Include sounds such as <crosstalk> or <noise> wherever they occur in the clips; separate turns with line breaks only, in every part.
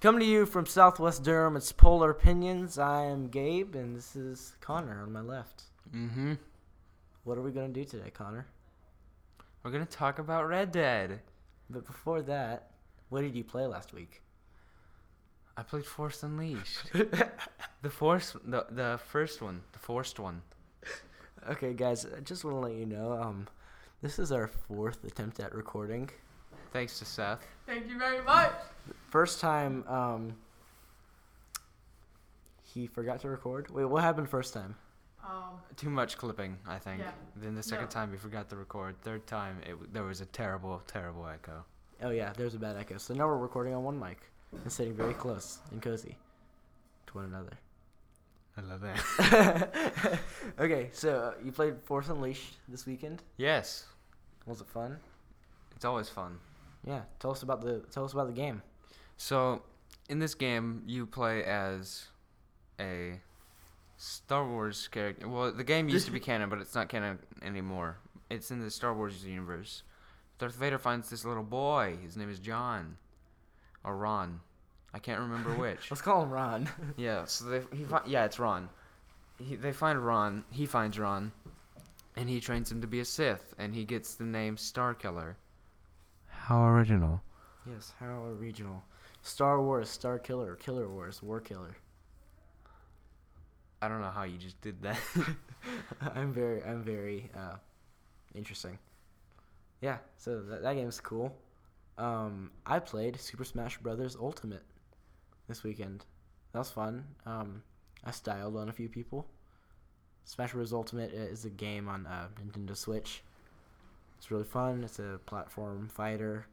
Coming to you from Southwest Durham, it's Polar Opinions. I am Gabe, and this is Connor on my left.
Mm-hmm.
What are we going to do today, Connor?
We're gonna talk about Red Dead.
But before that, what did you play last week?
I played Force <laughs> Unleashed. the Force, the the first one, the forced one.
Okay, guys, I just want to let you know um, this is our fourth attempt at recording.
Thanks to Seth.
Thank you very much.
First time, um, he forgot to record. Wait, what happened first time?
Um,
Too much clipping, I think.
Yeah.
Then the second
No.
time you forgot to record. Third time it w- there was a terrible, terrible echo.
Oh, yeah, there's a bad echo. So now we're recording on one mic and sitting very close and cozy to one another.
I love that.
<laughs> okay, so uh, you played Force Unleashed this weekend.
yes,
Was it fun?
it's always fun.
Yeah. Tell us about the tell us about the game.
So, in this game, you play as a Star Wars character. Well, the game used to be canon, but it's not canon anymore. It's in the Star Wars universe. Darth Vader finds this little boy. His name is John, or Ron. I can't remember which.
Let's call him Ron.
yeah. So they he fi- yeah it's Ron. He, they find Ron. He finds Ron, and he trains him to be a Sith, and he gets the name Star Killer. How original.
yes, how original. Star Wars, Star Killer, Killer Wars, War Killer.
I don't know how you just did that.
<laughs> I'm very I'm very uh, interesting. Yeah, so that, that game's cool. Um, I played Super Smash Brothers Ultimate this weekend. That was fun. Um, I styled on a few people. Smash Bros. Ultimate i- is a game on uh, Nintendo Switch. It's really fun. It's a platform fighter.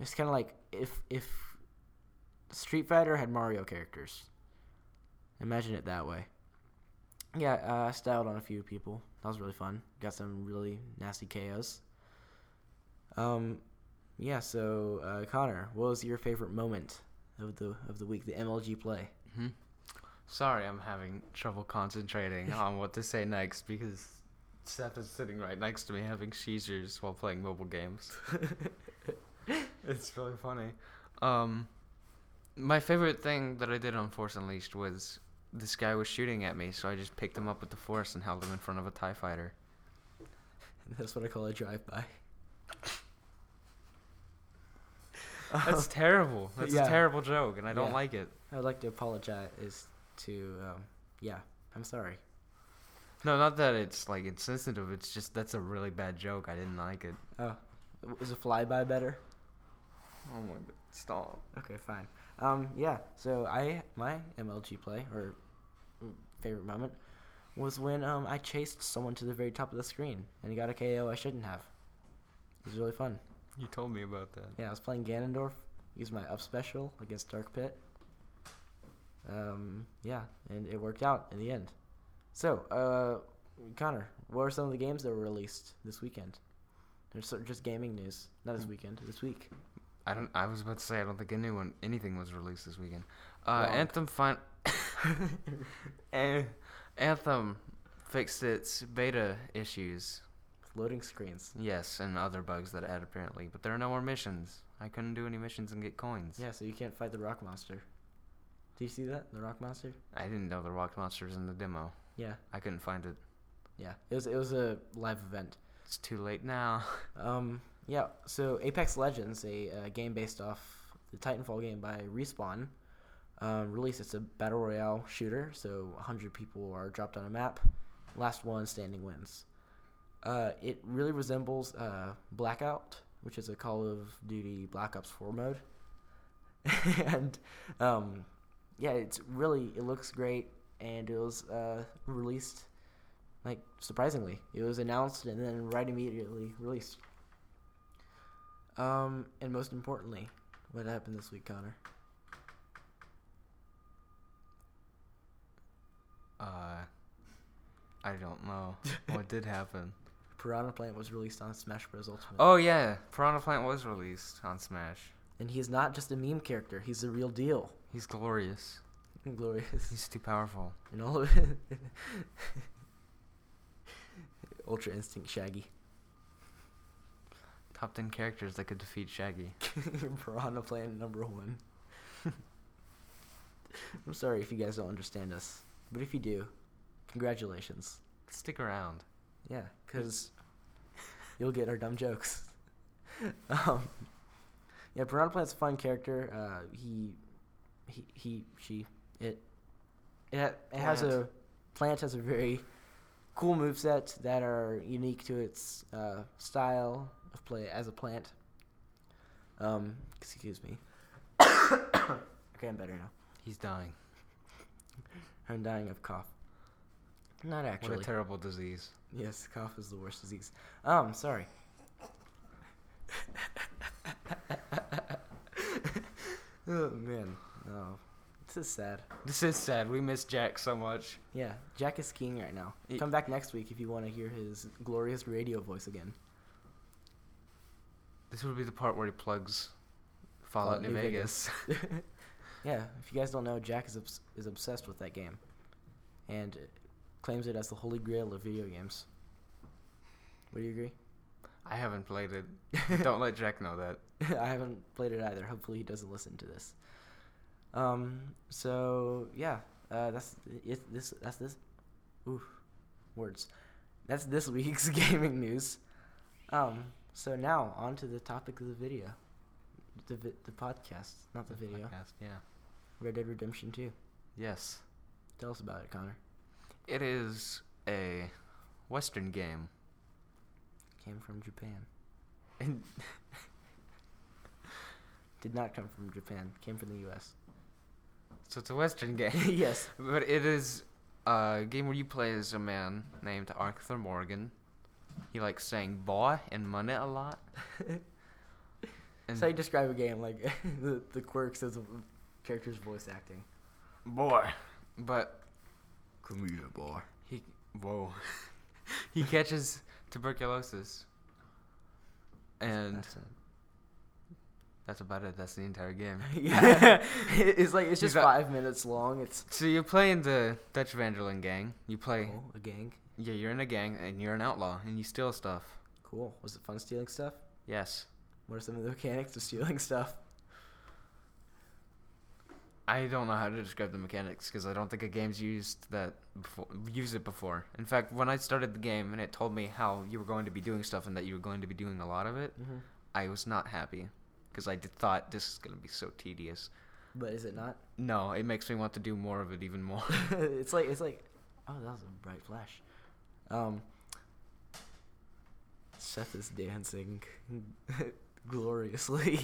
It's kind of like if if Street Fighter had Mario characters. Imagine it that way. Yeah, uh, I styled on a few people. That was really fun. Got some really nasty KOs. Um, yeah. So uh, Connor, what was your favorite moment of the of the week? The MLG play. <laughs>
hmm Sorry, I'm having trouble <laughs> concentrating on what to say next because Seth is sitting right next to me having seizures while playing mobile games. <laughs> it's really funny. Um, my favorite thing that I did on Force Unleashed was this guy was shooting at me, so I just picked him up with the Force and held him in front of a TIE fighter.
That's what I call a drive by.
<laughs>
<laughs>
That's terrible. That's
Yeah.
a terrible joke, and I don't
Yeah.
like it.
I'd like to apologize to. Um, yeah, I'm sorry.
No, not that it's like insensitive. It's just that's a really bad joke. I didn't like it.
Oh, was a flyby better?
Oh my god! Stop.
Okay, fine. Um, yeah. So I my MLG play or favorite moment was when um I chased someone to the very top of the screen and he got a KO I shouldn't have. It was really fun.
You told me about that.
Yeah, I was playing Ganondorf. Used my up special against Dark Pit. Um, yeah, and it worked out in the end. So, uh, Connor, what are some of the games that were released this weekend? There's sort of just gaming news. Not this weekend, this week.
I don't. I was about to say I don't think anyone anything was released this weekend. Uh,
Wrong.
Anthem fin- <laughs> Eh, Anthem fixed its beta issues.
Loading screens.
Yes, and other bugs that it had apparently, but there are no more missions. I couldn't do any missions and get coins.
Yeah, so you can't fight the rock monster. Do you see that? The rock monster?
I didn't know the rock monster was in the demo.
Yeah,
I couldn't find it.
yeah. It was it was a live event.
It's too late now. <laughs>
Um, yeah. So Apex Legends, a uh, game based off the Titanfall game by Respawn, um, released. It's a battle royale shooter. So 100 people are dropped on a map. Last one standing wins. Uh, it really resembles uh, Blackout, which is a Call of Duty Black Ops 4 mode. <laughs> and um, yeah, it's really it looks great, and it was uh, released like surprisingly it was announced and then right immediately released um and most importantly what happened this week connor
Uh, I don't <laughs> know what did happen.
piranha plant was released on smash bros ultimate
Oh yeah, Piranha Plant was released on Smash.
and he's not just a meme character he's the real deal <laughs>
He's glorious. <laughs>
glorious
He's too powerful.
and all of it <laughs> ultra instinct shaggy <laughs>
Top ten characters that could defeat Shaggy.
piranha plant number one <laughs> I'm sorry if you guys don't understand us, but if you do, congratulations.
Stick around.
Yeah, because you'll get our dumb jokes. <laughs> um, yeah, Piranha Plant's a fun character. Uh, he, he, he, she, it. It, ha- it has a
Plant.
plant has a very cool moveset that are unique to its uh, style of play as a plant. Um, excuse me. <coughs> okay, I'm better now.
He's dying.
I'm dying of cough. Not actually.
What a terrible disease.
Yes, cough is the worst disease. Um, sorry. <laughs> oh man, no, this is sad.
This is sad. We miss Jack so much.
Yeah, Jack is skiing right now.
Ye-
Come back next week if you want to hear his glorious radio voice again.
This would be the part where he plugs Fallout New Vegas. <laughs>
yeah, if you guys don't know, Jack is obs- is obsessed with that game, and claims it as the holy grail of video games. Would you agree?
I haven't played it. <laughs>
<laughs>
Don't let Jack know that.
I haven't played it either. Hopefully, he doesn't listen to this. Um. So yeah, uh, that's it, this. That's this. Oof, words. That's this <laughs> week's gaming news. Um. So now on to the topic of the video, the vi- the podcast, not the video.
Podcast, Yeah.
Red Dead Redemption Two.
Yes.
Tell us about it, Connor.
It is a Western game.
Came from Japan.
And
<laughs> Did not come from Japan. Came from the
<laughs>
U.S.
so it's a Western <laughs> game.
<laughs> yes.
But it is a game where you play as a man named Arthur Morgan. He likes saying boy and money a lot. and
That's how you describe a game, like <laughs> the, the quirks of the character's voice acting.
boy. But
Come here, boy.
he whoa. <laughs> he catches tuberculosis. And that's about it. That's the entire game.
<laughs>
<laughs>
yeah, it's like it's
He's
just
got-
five minutes long. It's
So you're playing the Dutch Vanderlyn gang. You play
oh, a gang.
Yeah, you're in a gang and you're an outlaw and you steal stuff.
Cool. Was it fun stealing stuff?
Yes.
What are some of the mechanics of stealing stuff?
I don't know how to describe the mechanics because I don't think a game's used that before, used it before. In fact, when I started the game and it told me how you were going to be doing stuff and that you were going to be doing a lot of it,
Mm-hmm.
I was not happy because I did, thought this is going to be so tedious.
But is it not?
No, it makes me want to do more of it even more. <laughs>
<laughs> it's like it's like oh, that was a bright flash. Um, Seth is dancing <laughs> gloriously.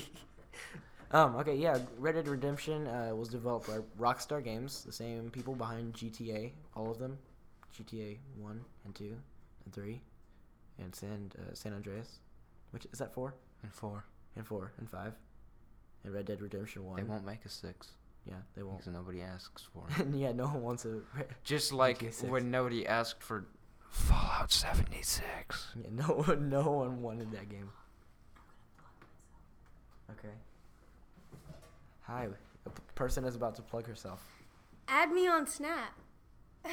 <laughs> um, okay, yeah, Red Dead Redemption uh, was developed by Rockstar Games, the same people behind GTA, all of them, GTA One and Two and Three, and San uh, San Andreas, which is that four
and four,
and four and five, and Red Dead Redemption One.
they won't make a six
Yeah, they won't. <laughs>
because nobody asks for <laughs> it.
And yeah, no one wants a. Red-
Just like
GTA 6.
when nobody asked for Fallout 76.
Yeah, <laughs> no one, no one wanted that game. Okay. Hi, a p- person is about to plug herself.
Add me on Snap. <laughs>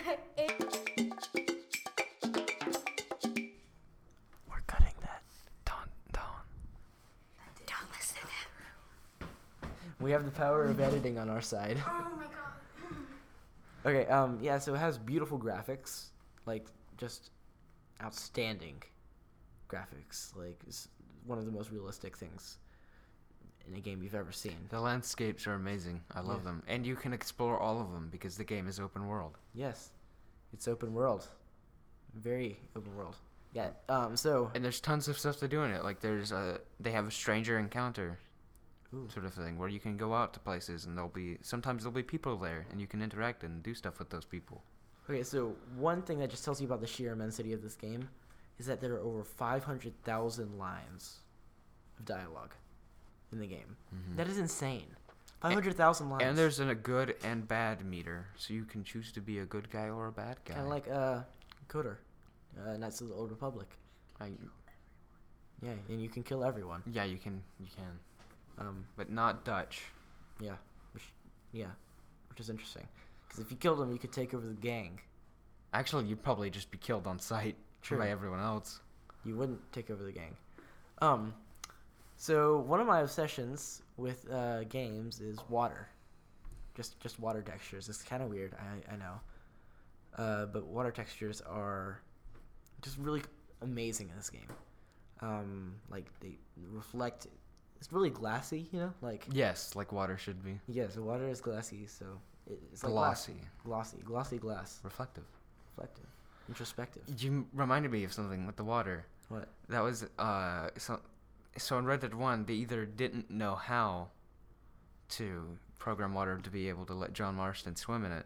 We're cutting that.
Dun dun.
Don't listen to them.
We have the power of editing on our side.
<laughs> Oh my god.
<laughs> Okay, um, yeah, so it has beautiful graphics, like just outstanding graphics, like it's one of the most realistic things in a game you've ever seen.
The landscapes are amazing. I love
Yeah.
them. And you can explore all of them because the game is open world.
Yes, it's open world, very open world. Yeah. Um. So.
And there's tons of stuff to do in it. Like there's a they have a stranger encounter
Ooh.
sort of thing where you can go out to places and there'll be sometimes there'll be people there and you can interact and do stuff with those people.
Okay, so one thing that just tells you about the sheer immensity of this game is that there are over 500,000 lines of dialogue in the game. That is insane. 500,000 lines.
And there's an, Mm-hmm. a good and bad meter, so you can choose to be a good guy or a bad guy.
kind of like uh, Coder, uh, Knights of the Old Republic.
I,
Yeah, and you can kill everyone.
Uh, yeah, you can you can,
Um,
but not Dutch.
yeah, which yeah, which is interesting because if you killed them, you could take over the gang.
Actually, you'd probably just be killed on sight
True.
by everyone else.
you wouldn't take over the gang. Um, so one of my obsessions with uh, games is water. just just water textures. It's kind of weird. I I know, uh, but water textures are just really amazing in this game. Um, like they reflect. It's really glassy, you know. Like
Yes, like water should be.
yeah, so water is glassy, so it, it's like glass.
Glossy.
glossy, glossy glass,
Reflective.
reflective, introspective.
You reminded me of something with the water.
What?
That was uh so so in Red Dead One they either didn't know how to program water to be able to let John Marston swim in it.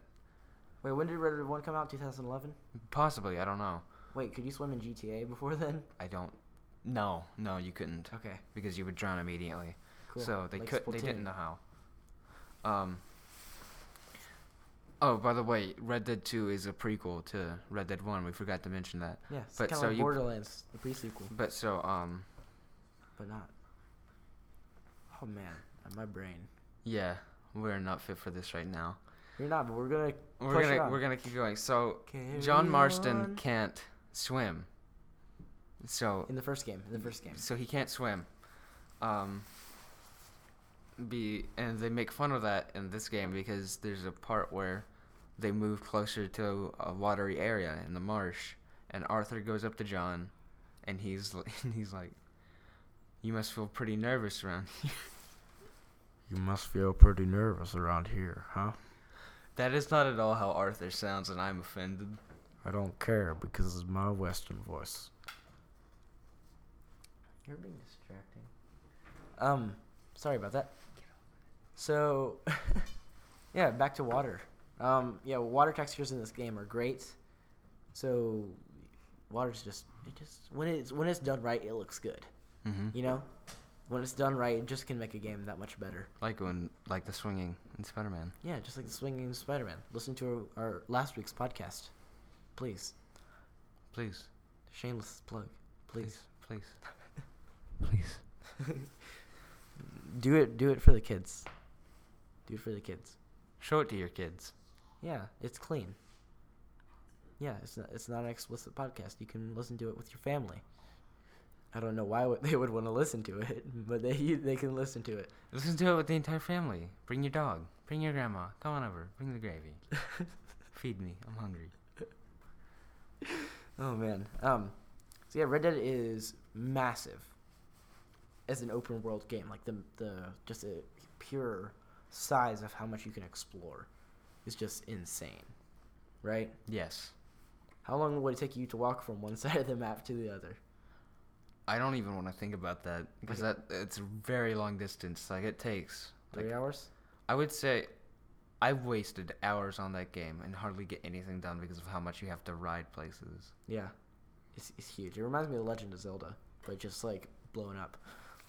Wait, when did Red Dead One come out? 2011.
Possibly, I don't know.
Wait, could you swim in GTA before then?
I don't no, no, you couldn't
Okay,
because you would drown immediately.
cool.
So they
Like
could they
Splatoon.
didn't uh, know how. Um Oh, by the way, Red Dead 2 is a prequel to Red Dead 1. We forgot to mention that.
Yeah, it's
but
kind of
so
like
you-
Borderlands, the pre-sequel,
But so um
but not. Oh man, my brain.
yeah, we're not fit for this right now.
You're not, but we're gonna.
We're
Push it
gonna
on.
we're gonna keep going. So
Carry
John Marston
on.
can't swim. So
in the first game. In the first game.
so he can't swim. Um be and they make fun of that in this game because there's a part where they move closer to a watery area in the marsh and Arthur goes up to John and he's li- <laughs> and he's like you must feel pretty nervous around.
You must feel pretty nervous around here, huh?
That is not at all how Arthur sounds and I'm offended.
I don't care because it's my Western voice. You're being distracting. Um, sorry about that. So, <laughs> yeah, back to water. Um, yeah, water textures in this game are great. So, water's just it just when it's when it's done right, it looks good.
Mhm.
You know, when it's done right, it just can make a game that much better.
Like when like the swinging in Spider-Man.
Yeah, just like the swinging Spider-Man. Listen to our, our last week's podcast, please.
Please.
Shameless plug, please.
Please, please, <laughs> please.
Do it. Do it for the kids. Do it for the kids.
Show it to your kids.
Yeah, it's clean. Yeah, it's not. It's not an explicit podcast. You can listen to it with your family. I don't know why <laughs> would- they would want to listen to it, but they they can listen to it.
Listen to it with the entire family. Bring your dog. Bring your grandma. Come on over. Bring the <laughs> gravy. Feed me. I'm hungry.
Oh man. Um. So yeah, Red Dead is massive as an open world game. Like the the just a pure size of how much you can explore is just insane, right?
Yes.
How long would it take you to walk from one <laughs> side of the map to the other?
I don't even want to think about that because that it's a very long distance. Like it takes.
Three
Like,
hours?
I would say I've wasted hours on that game and hardly get anything done because of how much you have to ride places.
Yeah. It's, it's huge. It reminds me of Legend of Zelda, but just like blown up.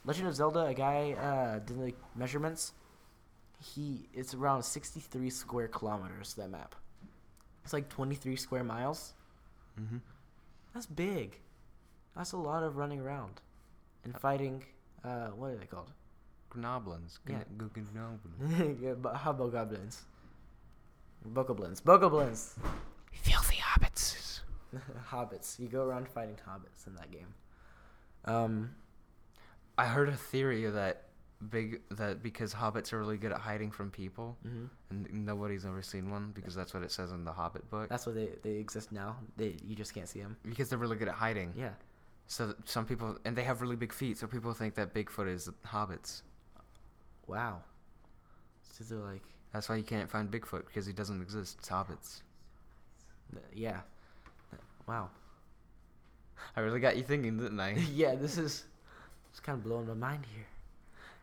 Legend of Zelda, a guy uh, did the measurements. He it's around 63 square kilometers that map. It's like 23 square miles.
Mm-hmm.
That's big. That's a lot of running around and fighting. Uh, what are they called?
Gnoblins.
Yeah.
Gn- g-
<laughs>
gnoblins.
Yeah, bu- Hobo goblins. Bokoblins. Bokoblins.
Filthy hobbits.
<laughs> hobbits. You go around fighting hobbits in that game. Um,
I heard a theory that big that because hobbits are really good at hiding from people,
mhm.
and nobody's ever seen one because that's what it says in the Hobbit book.
That's why they, they exist now. They you just can't see them.
because they're really good at hiding.
Yeah.
So that some people and they have really big feet, so people think that Bigfoot is hobbits.
Wow. So they're like,
That's why you can't find Bigfoot because he doesn't exist. It's hobbits.
th- yeah. Wow.
I really got you thinking, didn't
<laughs>
I?
yeah, this is it's kind of blowing my mind here.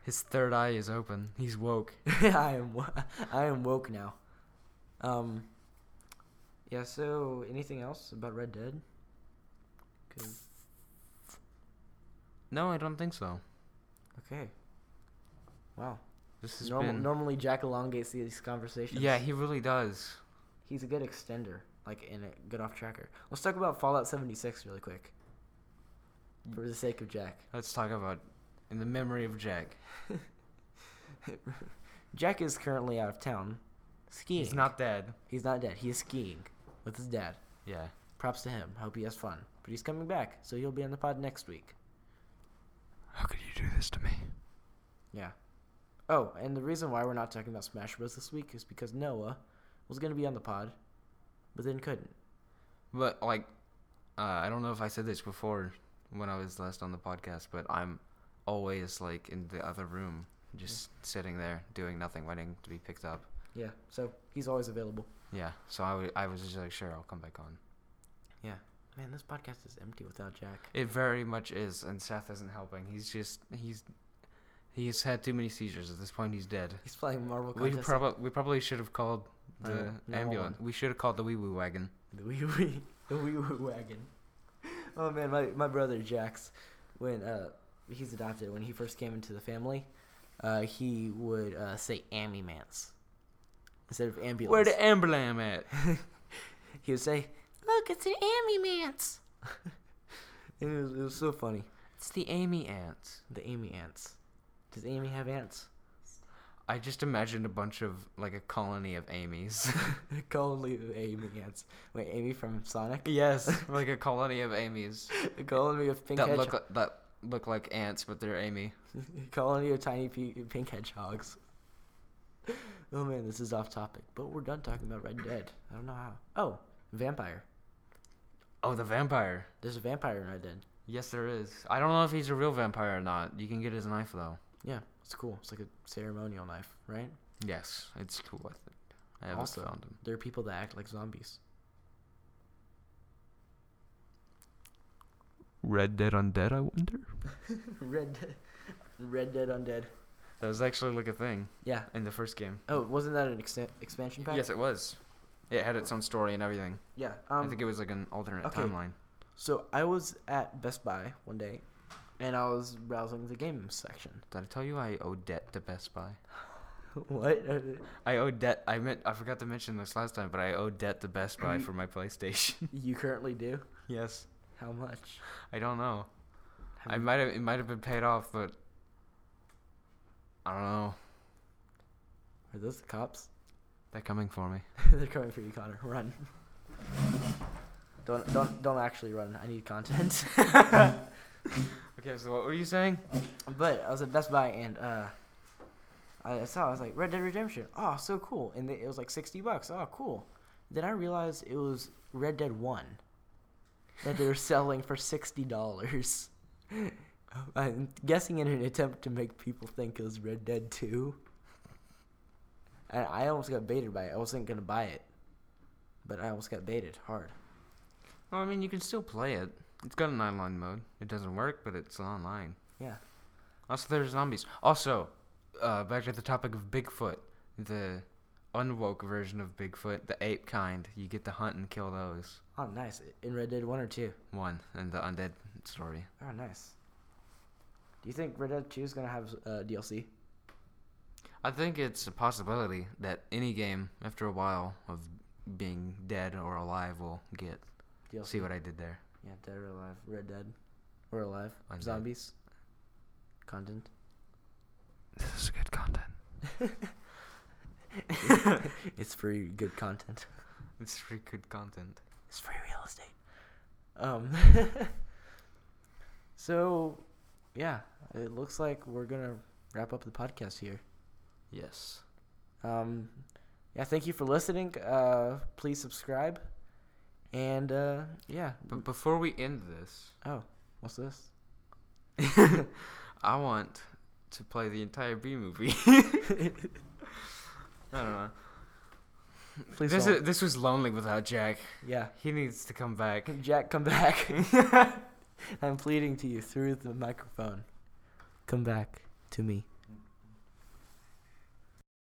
His third eye is open. He's woke.
<laughs> I am wo- I am woke now. Um. Yeah. So, anything else about Red Dead? 'Cause-
No, I don't think so.
okay. Wow.
This has
Normal,
been.
Normally, Jack elongates these conversations.
yeah, he really does.
he's a good extender, like and a good off tracker. Let's talk about Fallout 76 really quick, for the sake of Jack.
Let's talk about in the memory of Jack.
Jack is currently out of town, skiing.
He's not dead.
He's not dead. He is skiing with his dad.
Yeah.
Props to him. Hope he has fun. But he's coming back, so he'll be on the pod next week.
How could you do this to me?
Yeah. Oh, and the reason why we're not talking about Smash Bros this week is because Noah was going to be on the pod, but then couldn't.
But like, uh, I don't know if I said this before when I was last on the podcast, but I'm always like in the other room, just sitting there doing nothing, waiting to be picked up.
Yeah, so he's always available.
Yeah. So I wa- I was just like, sure, I'll come back on.
Man, this podcast is empty without Jack.
It very much is, and Seth isn't helping. He's just he's he's had too many seizures at this point. He's dead.
He's playing Marvel
We
Contest. <laughs>
probably we probably should have called
Uh,
the
no,
ambulance. We should have called the wee woo wagon.
The wee wee, the wee wee wagon. Oh man, my, my brother Jax, when uh, he's adopted, when he first came into the family, uh, he would uh, say ambulance instead of ambulance.
Where the ambulance at?
<laughs> he would say, "Look, it's an ambulance." <laughs> and it was, it was so funny.
It's the Amy ants.
The Amy ants. Does Amy have ants? <laughs>
I just imagined a bunch of like a colony of
<laughs>
Amy's.
Colony of Amy ants. Wait, Amy from Sonic.
yes,
<laughs>
like a colony of Amy's
A colony of pink
that
hedgehogs.
look li- that look like ants, but they're Amy.
<laughs> colony of tiny pe- pink hedgehogs. <laughs> Oh man, this is off topic, but we're done talking about Red Dead. I don't know how. Oh, vampire.
Oh, the vampire.
There's a vampire in Red Dead.
Yes, there is. I don't know if he's a real vampire or not. You can get his knife though.
Yeah, it's cool. It's like a ceremonial knife, right?
Yes, it's cool. I think I haven't
Also-
found him.
There are people that act like zombies.
Red Dead Undead. I wonder.
<laughs> Red Dead. Red Dead Undead.
That was actually like a thing
Yeah.
in the first game.
Oh, wasn't that an ex- expansion pack?
Yes, it was. It had its own story and everything.
Yeah. Um,
I think it was like an alternate
okay.
timeline.
so I was at Best Buy one day, and I was browsing the game section.
Did I tell you I owe debt to Best Buy?
<laughs> what? <laughs>
I owe debt. I meant I forgot to mention this last time, but I owe debt to Best
<clears throat>
Buy for my PlayStation. <laughs>
you currently do?
yes.
How much?
I don't know.
Have
I
you-
might have. It might have been paid off, but I don't know.
Are those the cops? <laughs>
They're coming for me.
They're coming for you, Connor. <laughs> Run. Don't don't don't actually run. I need content.
Okay, so what were you saying?
but I was at Best Buy and uh, I saw I was like Red Dead Redemption. Oh, so cool! And it was like sixty bucks. Oh, cool. Then I realized it was Red Dead One that they were <laughs> selling for sixty dollars. <laughs> I'm guessing in an attempt to make people think it was Red Dead Two. And I almost got baited by it. I wasn't gonna buy it, but I almost got baited hard.
Well, I mean, you can still play it. It's got an online mode. It doesn't work, but it's online.
Yeah.
Also, there's zombies. Also, uh, back to the topic of Bigfoot, the unwoke version of Bigfoot, the ape kind. You get to hunt and kill those.
Oh, nice. In Red Dead 1 or 2?
One and the undead story.
Oh, nice. Do you think Red Dead 2 is going to have uh, DLC?
I think it's a possibility that any game, after a while of being dead or alive, will get.
DLC?
See what I did there.
Yeah, Dead or Alive. Red Dead. We're alive.
Undead.
Zombies.
<laughs>
Content.
This is good content.
It's free good content.
<laughs> It's free good content.
It's free real estate. Um. <laughs> so, yeah. It looks like we're going to wrap up the podcast here.
Yes.
Um, yeah, thank you for listening. Uh, please subscribe. And, uh, yeah.
But before we end <laughs> this,
Oh, what's this?
<laughs> I want to play the entire B movie. <laughs> I don't know.
Please
this
don't.
is, this was lonely without Jack.
Yeah.
He needs to come back.
<laughs> Jack, come back. I'm pleading to you through the microphone. Come back to me.